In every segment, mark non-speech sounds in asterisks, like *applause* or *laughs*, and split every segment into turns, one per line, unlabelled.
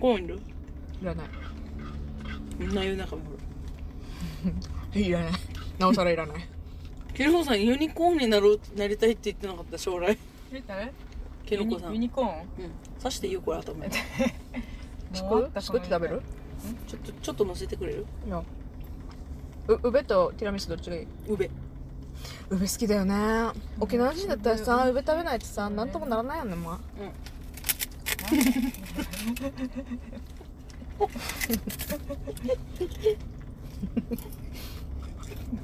コーンいる
いらない
みんな言う中もほら
いらないなおさらいら *laughs* ない
ケルホさんユニコーンになろうなりたいって言ってなかった将来
誰
ケルコさん
ユ
うん
ニコーン
刺していいよこれ頭に
もうあた
作って食べる
ちょっとちょっと乗せてくれる
いやううべとティラミスどっちがいいう
べ
うべ好きだよね沖縄人だったらさうべ食べないとさ
ね
なんともならないよねま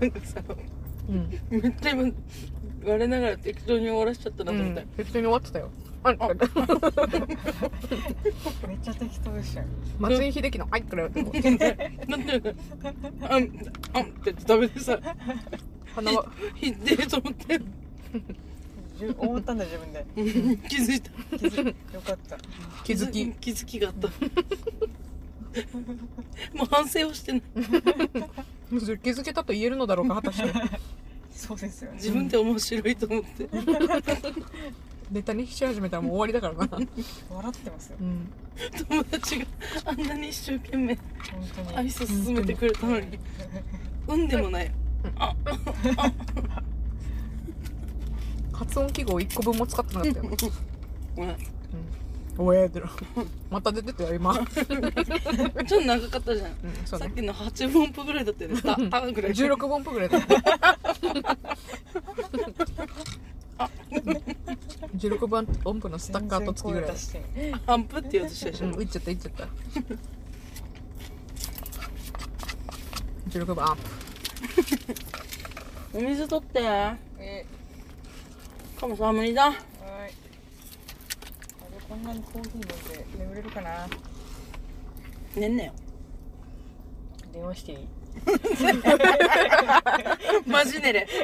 なんかさ
うん、
めっちゃ今我ながら適当に終わらしちゃったなと思った、
普通に終わってたよあっ
めっちゃ適当でしたよ
松井秀喜の「あい」くらいだと思う
なんてあんあんって食べてさ
鼻は
ひでえと思って
じゅ思ったんだ自分で
気づいた
気づよかった
気づき
気づきがあったもう反省をしてない
むしろ気づけたと言えるのだろうか果た *laughs* して
そうですよね
自分で面白いと思って
ネタにし始めたらもう終わりだからな
笑ってますよ
うん
友達があんなに一生懸命
本当
愛
に
想進めてくれたのに運でもない
発音記号1個分も使ってなかったよ *laughs*
うん
おえってなまた出てたよ今、
ちょっと長かったじゃん、
うん、そう
さっ
ね
きの8分音符ぐらいだったよねたたぐらい
16分ぐらいだ16番音符のスタッカート付きぐらいだ
全然声出して
アンプって言おうとしたでし
う
ょ、
ん、いっちゃったいっちゃった16番アップ
お水取ってか
え
もさ無理だ
はいあれこんなにコーヒー飲んで眠れるかな
寝んなよ
電話していい
*laughs* マジ寝れ *laughs*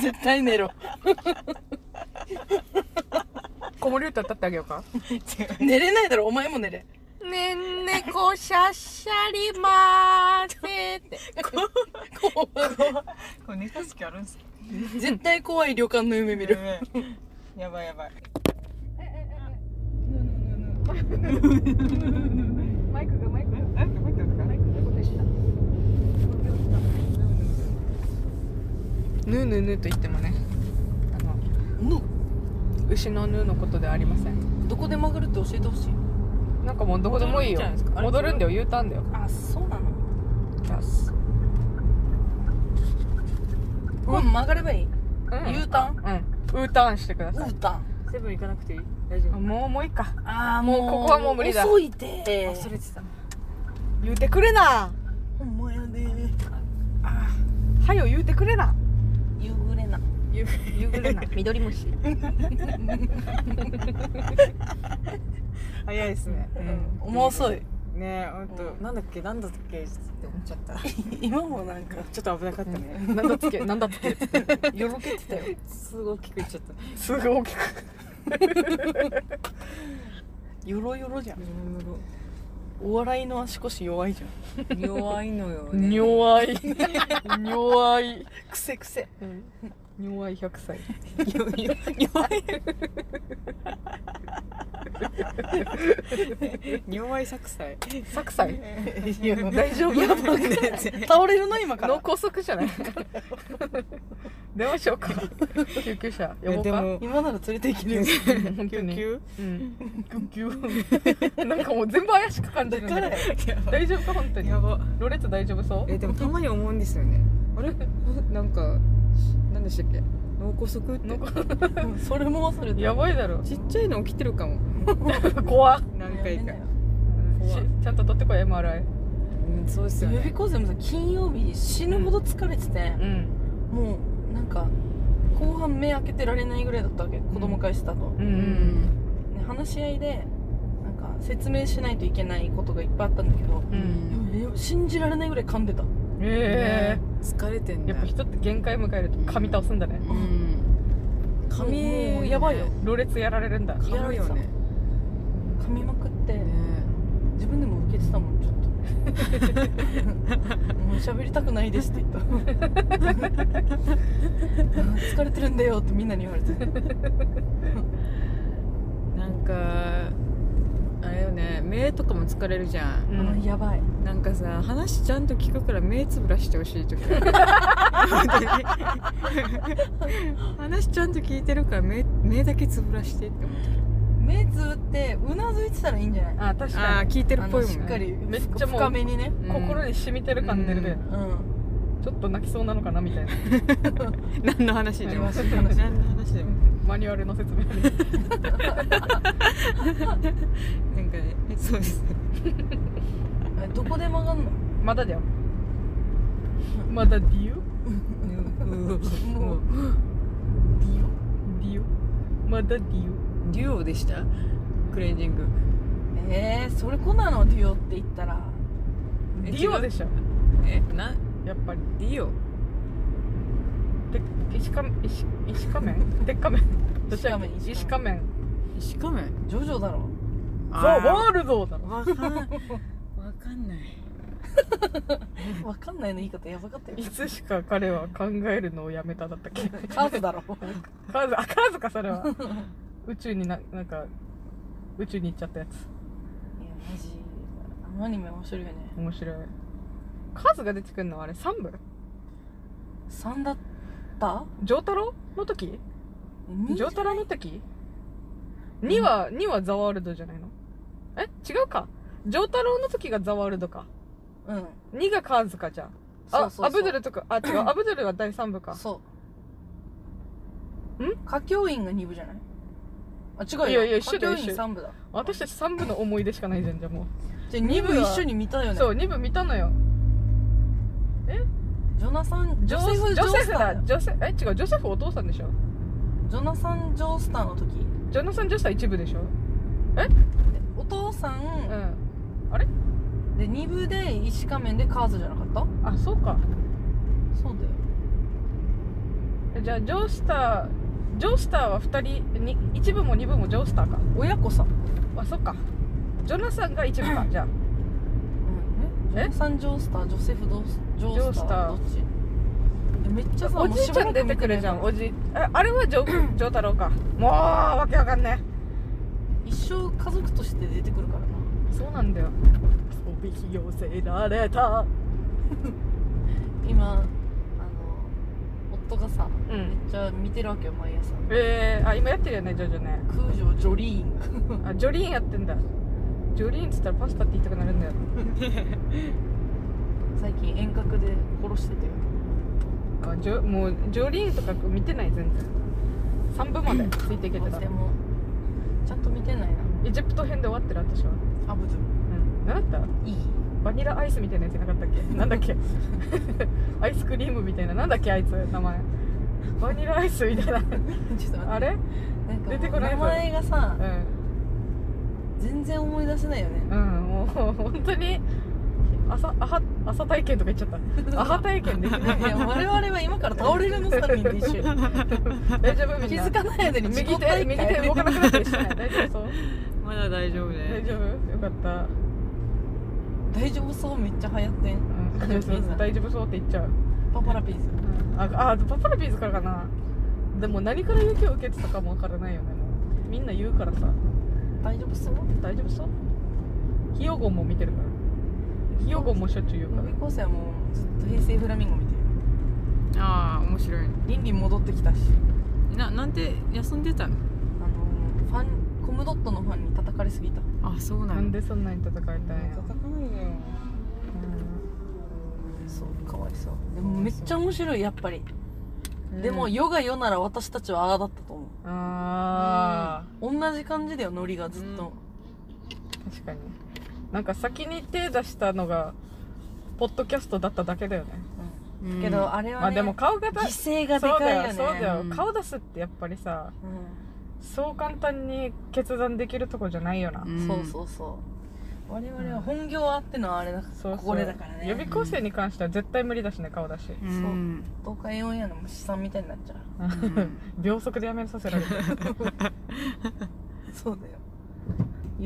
絶対寝ろ
子守歌歌ってあげようか
寝れないだろお前も寝れ
ねんねこしゃっしゃりまーせって
これ寝た時あるんすか
絶対怖い旅館の夢見る
やばいやばいやばい
マイクがマイクが
なんか入ってますか
マイクがこでした。
ヌーヌーヌーと言ってもねあの牛のヌーのことではありません
どこで曲がるって教えてほしい
なんかもうどこでもいいよ
戻るんじゃないですかあれ
戻るんだよ U ターンだよ
あそうなの
うん
もう曲がればいい、
うん、
U ターン
うん、U ターンしてください
U ターン
セブン行かなくていい？大丈
あもうもういいか
ああ
もうここはもう無理だ
遅いて
夫。忘れてた。
言うてくれな
ほんまやで
はよ言うてくれな
夕暮れな
言う言うくれな *laughs* 緑虫
早いですね
うん
もう遅い
ねえほんと
うん
なんだっけなんだっけって思っちゃったち
今もなんか
ょっと危なかったね
なんだっけなんだっけつってよろけてたよ
すごい大きくいっちゃった
すごい大きく
よろよろじゃんお笑いの足腰弱いじゃ
弱いのよね
弱い弱い
んくせくせ
弱い100歳
弱い弱い作祭
100歳
いや
大丈夫
倒れるの今か
脳
ら
梗塞じゃない電話しようか救急車呼ぼう
で
か
も
今なら連れて行ける
本当
救
に
急
うん *laughs* なんかもう全部怪しく感じるんだけど大丈夫か本当に
やば
ロレット大丈夫そう
えでもたまに思うんですよねあれなんか何でしたっけ脳梗塞って
脳梗
うん *laughs* それも忘れた
やばいだろ
ちっちゃいの起きてるかも
怖っ
何回か
しちゃんと取ってこい MRI
うんそうです
予
よ
備
ね
校生もさ金曜日死ぬほど疲れてて、
うん
もうなんか後半目開けてられないぐらいだったわけ子供返したと、
うんう
うん
で話し合いでなんか説明しないといけないことがいっぱいあったんだけど、
うん
え信じられないぐらい噛んでた
え
疲れてん
えや
だ
っぱ人って限界迎えると噛み倒すんだね
うん
髪
髪
もうやばいよ
ろれつやられるんだ
やら
軽
れ
いよ
てた
ね
噛みまくって
ね
自分でも受けてたもんちょっ
*laughs*
ともう喋りたくないですって言った *laughs* 疲れてるんだよってみんなに言われて
なんか疲れるじゃん、
うん
あやばい
なんかさ話ちゃんと聞くから目つぶらしてほしい時ある話ちゃんと聞いてるから目目だけつぶらしてって思う
目つぶってうなずいてたらいいんじゃない
あ確
あ
か
あ
に
聞いてるっ
あ
ぽ
の
いもん
しっかり
めっちゃもう
深めにね
うん
心に染みてる感出るで、
うん
ちょっと泣きそうなのかなみたいな
何の話でも
悲しい話
何の話でも
マニュアルの説明で
なんかねそうです
えどこで曲がんの
まだだよまだデ
*laughs*
ィオ
もう
ディオまだディ
デュオでしたクレンジング
えー、それこんなのデュオって言ったら
オ
え
ディオでしょ
えな
やっぱり
ディオ
で石仮面石石仮
*laughs*
面鉄仮面
石仮面
石仮面
石仮面
ジョジョだろ
ザ・ワールドだろ
わかんわかんない
わかんないの言い方やばかったよ
いつしか彼は考えるのをやめただったっ
*laughs*
け
カーズだろ
カーズあカーズか
*laughs*
それは宇宙にななんか宇宙に行っちゃったやつ
いやマジあのアニメ面白いよね
面白いカーズが出てくるのはあれ3部
3だった
ジョータロの時
二
ジョータロの時 ?2 は、2はザワールドじゃないのえ違うかジョータロの時がザワールドか。
うん
2がカーズかじゃあ。
そうそうそう
あ、アブドゥルとか、あ、違う、 *clears throat* アブドゥルは第3部か。
そう。
ん
歌教員が2部じゃないあ、違うよ。
いやいや一緒
歌
だよ
教員
一緒
3部だ。
私たち3部の思い出しかないじゃん、じゃあも
じゃあ2部
二部
一
は
緒に見たよ
う。
ね。
そう、2部見たのよ。
ジョナサン、ジョセフ・ジ
ジ
ョ
ョセ
ー
フ
スター
だ、
よ。
ジョセフ、え、違う、ジョセフお父さんでしょ
ジョナサン・ジョースターの時。
ジョナサン・ジョスター1部でしょ
お父さ、
うんん。
で2部で石仮面でカーズじゃなかった
あ、そうか。
そうだよ。
えじゃあ、ジョースター、ジョースターは2人、に1部も2部もジョースターか。
親子さん。
あ、そっか。ジョナサンが1部か、じゃあ。
うんね。ジ
え
ョナサン・ジョースター、ジョセフ・ドースジョースター。どっ
ジ
ちえめっちゃさ、
おじいちゃん出てくるじゃんおじいああれはジョ *clears throat* ジョー太郎かもうわけわかんね
一生家族として出てくるからな。
えそうなんだよ飛び寄せられた
今あの夫がさ
う
め
ん
っちゃ見てるわけよ毎朝
えー、あ今やってるよねジョジョね
空城ジョリーンが
あジョリーンやってんだジョリーンっつったらパスタって言いたくなるんだよ
最近遠隔で殺してて
あジョもうジョリーンとか見てない全然3部までついていけてた
でもちゃんと見てない
エジプト編で終わってる私は
なアブドゥ
うん何だった
い *laughs* い
バニラアイスみたいなやつなかったっ *laughs* けなんだっけアイスクリームみたいななんだっけあいつ名前バニラアイスみたい
ちょ
な
っと待って
あ *laughs* れ
なんか
出て
も
こ
う
ない
名
ぞ
前がさ
うん
全然思い出せないよね
うんもう本当に朝アハ朝体験とか言っちゃ *laughs* ったアハ体験できない
いや我々は今から倒れるの3人で一緒よ
*laughs* 大丈夫 *laughs* みん
気
な
づかない間に自
右
己
手
体
右手動かなくなったりしてない大丈夫 *laughs* そう
まだ大丈夫
大
ね
丈夫よかった、
大丈夫そうめっちゃ流行ってん
うん
大丈夫そう
大丈夫そうって言っちゃう、
パパラピーズ
うんああパパラピーズからかなでも何から影響を受けてたかもわからないよねもうみんな言うからさ
大丈夫そう
大丈夫そうひよごんも見てるからひよごんもしょっちゅう言う
予
か
備校生はもうずっと平成フラミンゴ見てる
ああ面白いね
リンリン戻ってきたし
ななんて休んでたの
あのファンコムドットのファンに叩かれすぎた
あそう
ら
な
なん
んだ
でそんなに戦いたいんや
そうかわいそうでもめっちゃ面白いやっぱり、
うん
でも世が世なら私たちはああだったと思
あ
う同じ感じだよノリがずっと、
ー確かになんか先に手出したのがポッドキャストだっただけだよね
うんけどあれは、ね
まあでも顔が
犠
だ
牲がで
そう
か
だ
いよ
よ
ね
そうだよ、
うん
顔出すってやっぱりさそう簡単に決断できるとこじゃないよな、
うんそう
う
そうそう我々は本業あってのはあれだ
そうそう
これだから
予備
ね
校生に関しては絶対無理だしね顔出し、
んうん
東海オンエアの資産みたいになっちゃう
うん
秒速でやめさせられ
*laughs*
る
そうだよ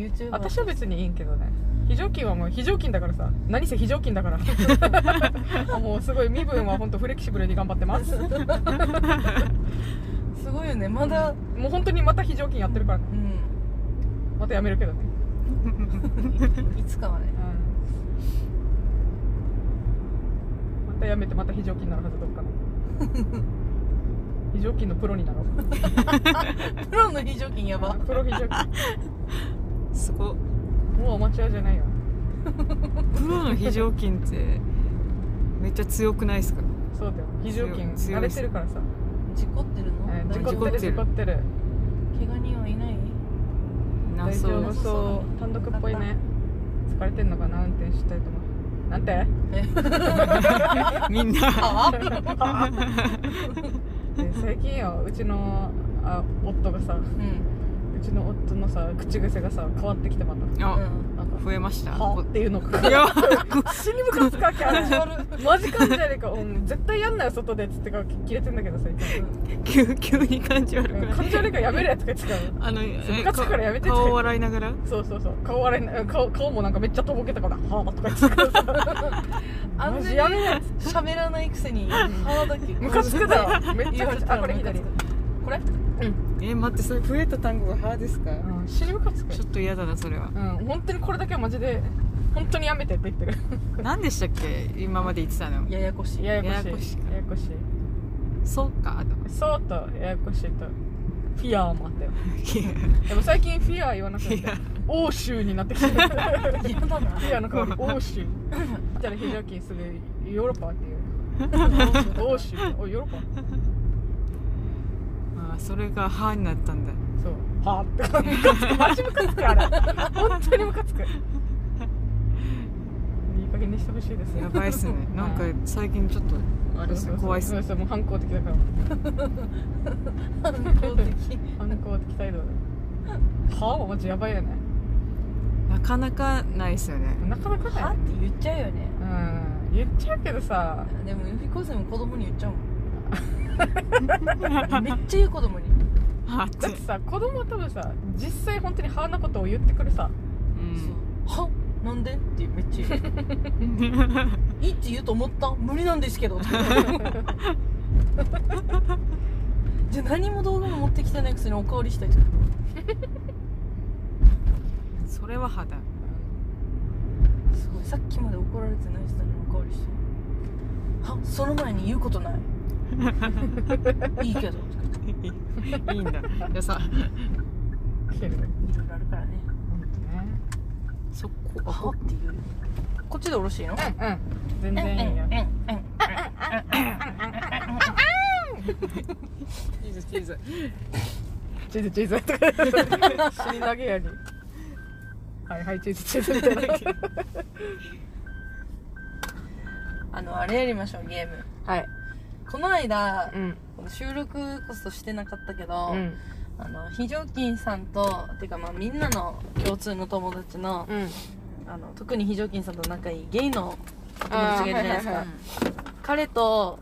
YouTube
私は別にいいんけどね非常勤はもう非常勤だからさ何せ非常勤
*laughs*
だからもうすごい身分は本当フレキシブルに頑張ってます
*laughs* すごいよねまだ
もう本当にまた非常勤やってるからね
うん
またやめるけどね
*laughs*
いつかはね
うんまたやめてまた非常勤になるはず
*laughs*
どっかの非常勤のプロになろう
プロの非常勤やば
プロ非常勤
すごっ
もうアマチュアじゃないよ
プロの非常勤ってめっちゃ強くないですか
そうだよ非常勤
強い
慣れてるからさ、
事故ってるの、
えー
大
事
丈
故って
夫
る事故ってる
怪我人はいない
な
大
そ
丈
う
夫そう単独っぽいね疲れてんのかな運転したいと思うなん
*laughs*
て
え
みんな
*laughs*
あ
で最近ようちのあ夫がさ
うん
うちの夫のさ口癖がさ変わってきてまた
う
あ
ん
なんか
増えました
はっていうのか
いや *laughs*
死にムカつかき始まるマジかんじゃねえか、うん、絶対やんなよ外でっつってから切れてんだけどさいつ
急急に感じ悪く
も
な
うん
い
感じ悪いからやめるやつが違う
あの
せっかくだからやめて
顔顔笑いながら
そうそうそう顔笑いな顔顔もなんかめっちゃとぼけたから「はあ」とか言 *laughs* ってたからさ
あ
マ
んな
ジ
に
やめなよ
喋らないくせに歯だけ
ムカつくだろめっち
言
ゃ
われ
ムカつ
た
くあ
ら
これ
ムカ
左
つくこれ
え待ってそれ増えた単語が歯です
*laughs*
か
うん死にムカつく
ちょっと嫌だなそれは
うん本当にこれだけはマジで本当にやめてって言ってる
何でしたっけ今まで言ってたの
ややこしい
*laughs* やや
やや
こ
こ
し
し
い
い
ややこしい
そうかとか
そうとややこしいとフィアーもあったよ
いや
でも最近フィアー言わなくなって欧州になってきて *laughs* るフ
嫌だ
*laughs*
な
ィアーの代わり欧 *laughs* 州じゃあ非常勤すぐヨーロッパっていう欧州おヨーロッパ
あそれが歯になったんだ
そうはあってムカつくマジムカつくあれ本当にムカ
*laughs*
つくいい加減にしてほしいですね
やばいっす
*laughs*
ねなんか最近ちょっとあれっすね怖いっす
そう
ね
そうもう反抗的だから
反抗的
反抗的態度だはあもマジやばいよね
なかなかないっすよね
なかなか
は
だ
っ
よ
て言っちゃうよね
うん言っちゃうけどさ
でも予備校生も子供に言っちゃうも
*laughs*
んめっちゃ言う子供に
歯って
だってさ子供は多分さ実際本当にハーなことを言ってくるさ
*laughs* うん
そうはなんでってめっちゃ言う *laughs* いいって言うと思った無理なんですけ *laughs* どじゃあ何も道具も持ってきてないくせにおかわりしたいとか
それは歯だ
すごいさっきまで怒られてない人におかわりしてはその前に言うこと *laughs* ないいいけどとか
いいんだいやさ
ける
いろいろあるからね
本当ね
そこあ
は
こ
って言うよこっちでおろしていいの
うんうん全然いいよ
チーズチーズ
チーズ *laughs* チーズとか死に投げやにはいはいチーズチーズみたいな
*laughs*
あのあれやりましょうゲーム
はい
この間
うん
収録こそしてなかったけど、
うん
あの非常勤さんとてかまあみんなの共通の友達の,、
うん
あの特に非常勤さんと仲いいゲイのお友達がいるじゃないですか、
あーはいはいはい
彼と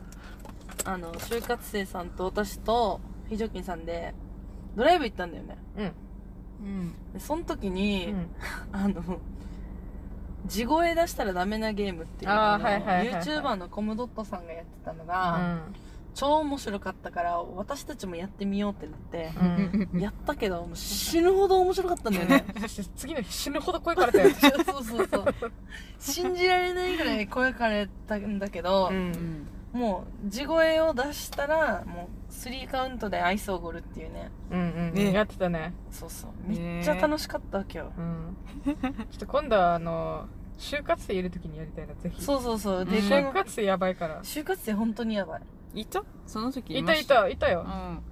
あの就活生さんと私と非常勤さんでドライブ行ったんだよね
うん
うん
でその時に、あの地声出したらダメなゲームっていうのを
あーはいはいはいはい
YouTuber のコムドットさんがやってたのが、超面白かったから私たちもやってみようってなって、
うん
やったけどもう死ぬほど面白かったんだよね
そして次の日死ぬほど声かれたよ
そうそうそう信じられないぐらい声かれたんだけど、
ん
もう地声を出したらもう3カウントでアイスおごるっていうね
うんうん
ね
やってたね
そうそう
ね
めっちゃ楽しかったわけよ、
うんちょっと今度はあの就活生いるときにやりたいなぜひ
そうそうそうで、
う
こ
ん
の
就活生やばいから
就活生本当にやばい
いたその時
い
ま
た
し
いたいたよ
うん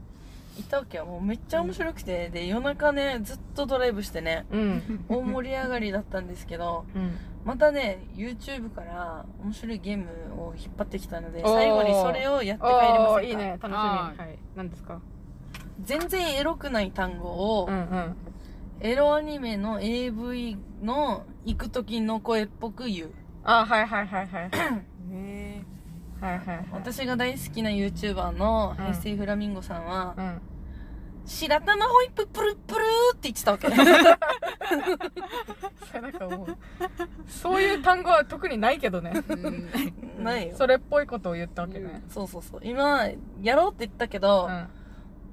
いたわけよもうめっちゃ面白くてで夜中ねずっとドライブしてね
うん
大盛り上がりだったんですけど
うん
またね YouTube から面白いゲームを引っ張ってきたので
おー
最後にそれをやって帰りませんか
おーいいね楽しみ
あー
はい何ですか
全然エロくない単語を、
うんうん
エロアニメの AV の行く時の声っぽく言う
あはいはいはいはいはい
ね
はいはい
私が大好きな YouTuber の
うん
平成フラミンゴさんは
う、ん
白玉ホイッププルプルーって言ってたわけ。
それなんかもうそういう単語は特にないけどね
ないよ。
それっぽいことを言ったわけね
そうそうそう。今、やろうって言ったけど、
うん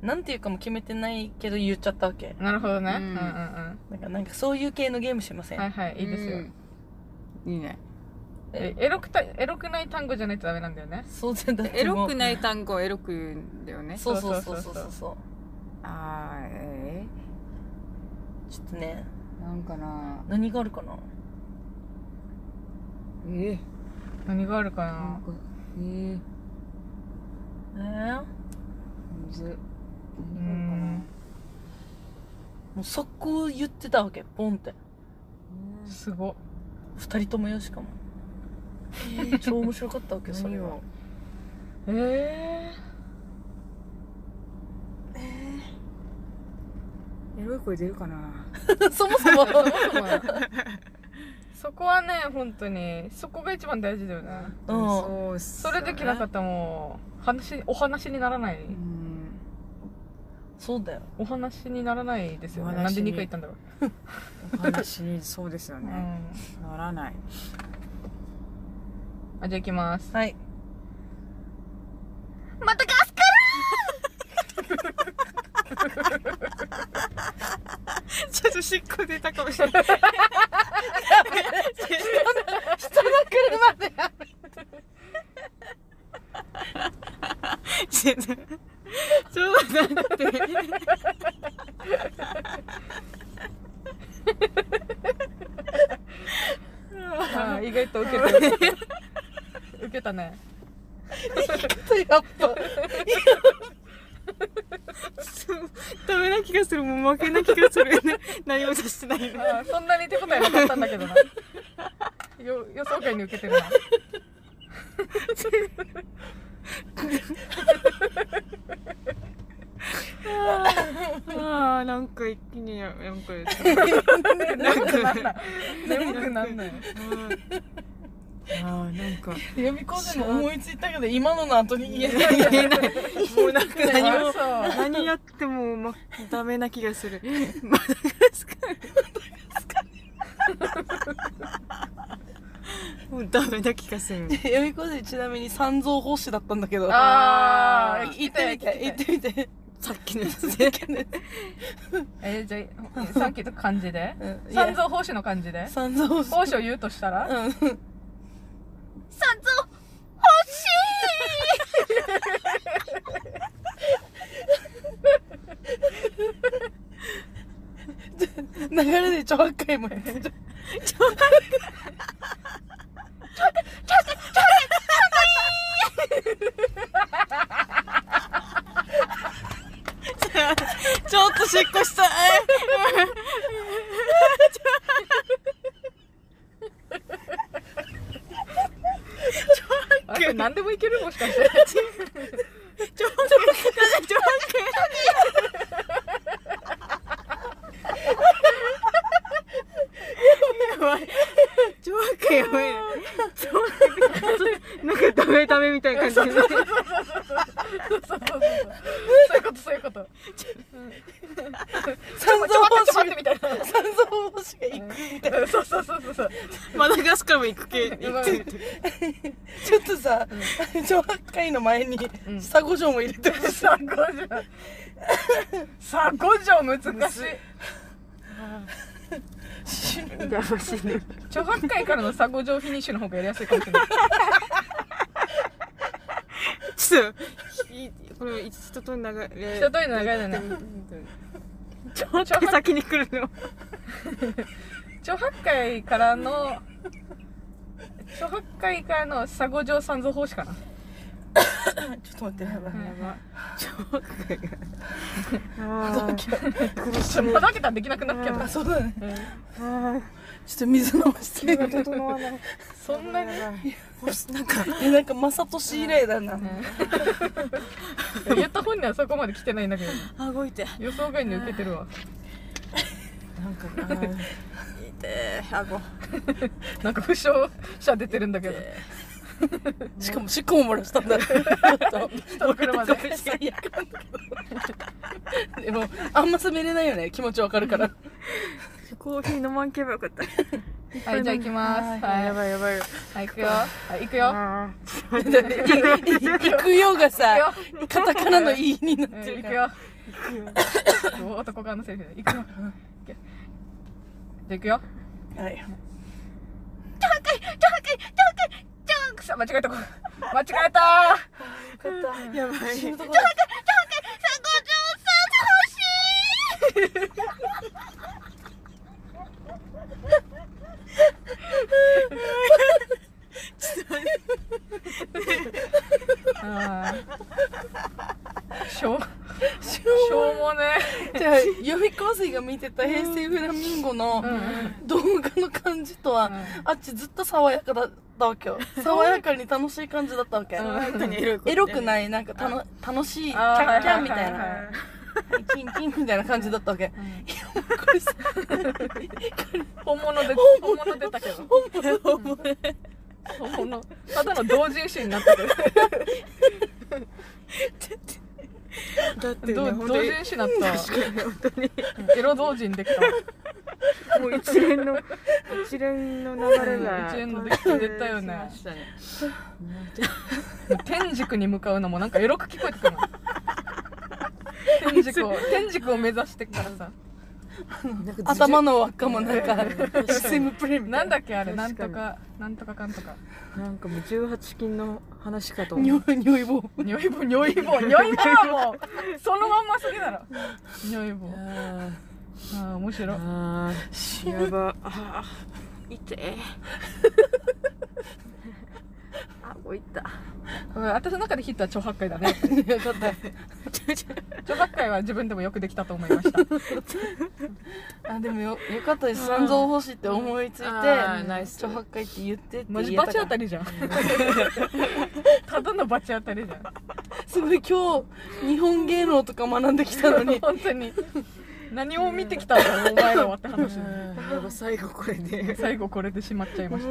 なんていうかも決めてないけど言っちゃったわけ
なるほどね、
う
うんん、うんうんは
なんかなんかそういう系のゲームしません、
いはいいいですよ、
うんいいね
えエロくたエロくない単語じゃないとダメなんだよね
そうじゃだって
エロく
い
ない単語はエロく言うんだよね
そうそうそうそうそうそ
あーえ
うちょっとね
ー、なんかな
何があるかな
え
何があるか
ー、な
なん
かえー、
えー、
むずっ
う
何
ん
もう速攻言ってたわけポンって
すごっ
二人ともよしかも、超面白かったわけよそれは
え
かなエロい声出るかな
*laughs* そもそも
えそこはね本当にそこが一番大事だよね
うん
うっす
そ
よね
れできなかったらもう話お話にならない、
うん
そうだよ
お話にならないですよ
お
ね
話に
なんで2回言ったんだろう、
お話にそうですよ
う
ね、
ん、
ならない
あじゃあ行きま
*laughs*
す
はい
またガス
*laughs* ちょっとしっこ出たかもしれない。人の、人の車でちょっと待って。
あー意外と受けた受けたね
やっぱ
ダメな気がする。もう負けな気がするね。何も出してないね。
あーそんなに手応えなかったんだけどなよ予想外に受けてるな
*laughs* ああ、なんか一気に、なんか。 *laughs*
眠くなんない眠くなんない
ああ、なんか。
予備校でも思いついたけど今のの後に言えない
言えない。もうなんか *laughs* 何も。
そう
何やっても、ま、ダメな気がする。まだもうダメな気がする。
予備校でちなみに三蔵法師だったんだけど
ああ
行ってみて行ってみて
さっきのやつ
だけね
えー、じゃあさっきと漢字で
うんいや
三蔵法師の漢字で
三蔵法師
法師を言うとしたら
うん *laughs* 流れでちょばっかいもやって
*laughs* ちょっとしっこしたい。
あれ何でもいけるもしかして
ちょっと、ちょっと、やばい。ちょっとやばいね。ちょっと、なんかダメダメみたいな感じで。
そうそうそうそうそういうことそういうこと
三
ち
蔵
ょ
法
っと待
師
ってみたいな
三蔵法師が行く
うんそうそうそうそうそう
マダガスカルも行く系。
うまい
ちょっとさちょばっかいの前に
ん
佐五条も入れてほしい
サゴジョサゴジョ難しい
やばしね。
*laughs* 著白界からのサゴジョフィニッシュの方がやりやすいかもしれない
ちょっと、いこれ一とと長い。一
一通りの流れだねちょ著白
先に来るの。
著白界からの著白界からのサゴジョ三蔵法師かな
ちょっと待ってやばい
あ
まだけたらできなくなるけど
あそうだね
あ。
ちょっと水飲ませて
整わない。
そんなに
なんか、
えなんか正俊以来だな
言った本人はそこまで来てないんだけど
あ動いて。
予想外に受けてるわ
なんか、あー痛え、顎。
なんか負傷者出てるんだけど
しかもしっこも漏らしたんだ
人の車で
最悪なんだけどでもあんま滑れないよね気持ちわかる *laughs* から
コーヒー飲まんけばよかった。
はいじゃあ行きますはい
やばいやばい。
はい行くよはい行くよ
あ
行くよがさカタカナの「い」になってる
行く
から
よ男側のセリフで行くよじゃあ行くよ
はい。
ジャンクさ間違えた間違えた
やば
*laughs*
い
死ぬとこだ
あーしょうしょうもね
じゃあ、予備校生が見てた平成フラミンゴの動画の感じとは、あっちずっと爽やかだったわけよ。爽やかに楽しい感じだったわけ。
本当にエロいこと
エロくない、なんかたの楽しい、キ
あー
ャッキャンみたい
はいはい
な
は。
キンキンみたいな感じだったわけ。 *laughs* これさ、
本物で本物出たけど本物ただの同人誌になってる
だってね
同
本
同
当に
人誌になった
確かに本当に
エロ同人できた
もう一連の一連の流れが
一連のできてたよねもう天竺に向かうのもなんかエロく聞こえてくる天竺を天竺を目指してからさ
頭の輪っかもなんか、スイムプレイみた
ないん
な。
だっけあれなん
確
と
かに
かなんとかかんとか
なんかもう18禁の話かと思
匂
う
い、匂い棒。
にょいぼにょい *laughs* ぼにょいぼはもうそのまんますぎだろにょいぼ
あ
ああ面白い
あ
死
ー
ぬ
やばあー痛え *laughs* あごいった
うん私の中でヒットは超八回だね
*laughs* よかった。
超八回は自分でもよくできたと思いました
あでもよよかったです三蔵法師って思いついて
あーナイス
ちょ八回って言ってって
マジ
言え
バ
た
チ
から
当たりじゃ *laughs* んただのバチ当たりじゃん
すごい今日日本芸能とか学んできたのに
本当に何を見てきたんだろうお前らはって話
やば最後これで
最後これでしまっちゃいま *laughs* し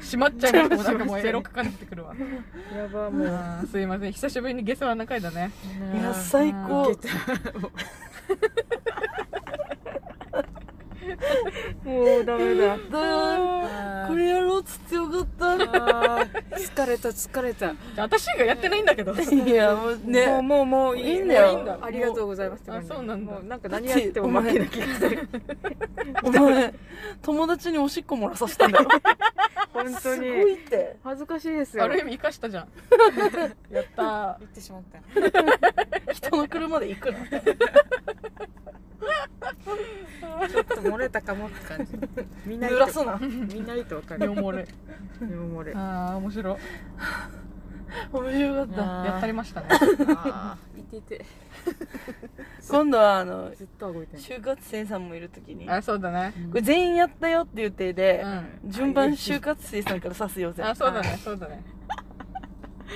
たしまっちゃいましたもうなんかもうエロく感じてくるわ
やばもう
あーすいません久しぶりにゲスはな回だね
いや
さ
最
い
高
けたもうダメだ
だ
あ
これやろうっつってよかっ
ー疲れた疲れた
じゃあ私がやってないんだけど
たいやもう
もう
ね
もうもう
いいんだよ
もういいんありがとうございますって感じ
あそうなんだ
もうなんか何やっても負けな気がする
お前友達におしっこ漏らさせたん
*laughs*
だろ
本
す
当
ご
に
いって
恥ずかしいですよ
ある意味生かしたじ *laughs* ゃんやった
言ってしまった
人の車で行
*laughs*
くの
ちょっと漏れたかもって感じみんな
濡ら
*laughs*
すな
みんな糸わか
ー
る
尿漏れ
尿漏 *laughs* れ
ああ面白い
面白かった
あー
やったりましたね
あ
言ってて
今度はあの
ーずっと動いてない
就活生さんもいるときにこ
あそうだね
れ全員やったよっていう体で
う
順番就活生さんから刺すよ
ん
ぜ
あそうだねそうだね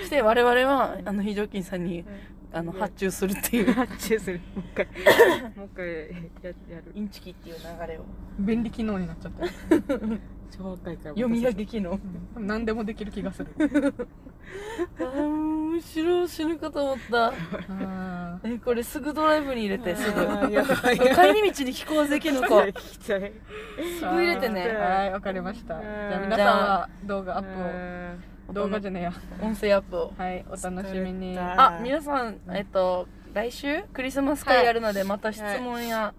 して我々はあの非常勤さんにあの発注するっていう
発注するもう一回もう一回やや *laughs* る
インチキっていう流れを
便利機能になっちゃった
超若いから
読み上
*laughs*
げ機能
何でもできる気がする
あー面白い死ぬかと思った
あ
えこれすぐドライブに入れてすぐ
あーやば *laughs* い
帰り道に飛行できる
*laughs*
子
聞きたい
ー
ごい入れてね
はいわかりました
うん
じゃあ皆さんは動画アッ
ッ
プを動画じゃねえや
音声アップを
はいお楽しみに
疲れ
あ皆さんえっと来週クリスマス会やるのでまた質問や、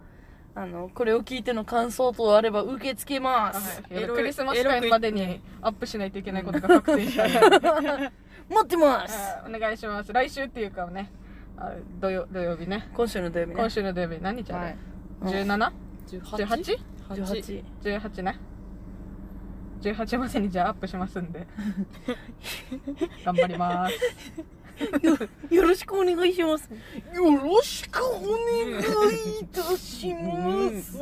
あのこれを聞いての感想等あれば受け付けます、
はいクリスマス会までにアップしないといけないことが確定したので
*laughs* 持ってます、
はいお願いします来週っていうかねあ土曜土曜日ね
今週の土曜日ね
今週の土曜日何日あれ
はい
17?18?18
18 18
18
18ね18までにじゃあアップしますんで頑張ります
よろしくお願いします。よろしくお願いいたします。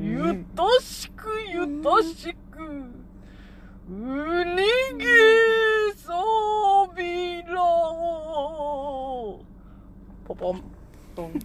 ゆとしくゆとしく、うにぎそびらを。
ポポン。ポン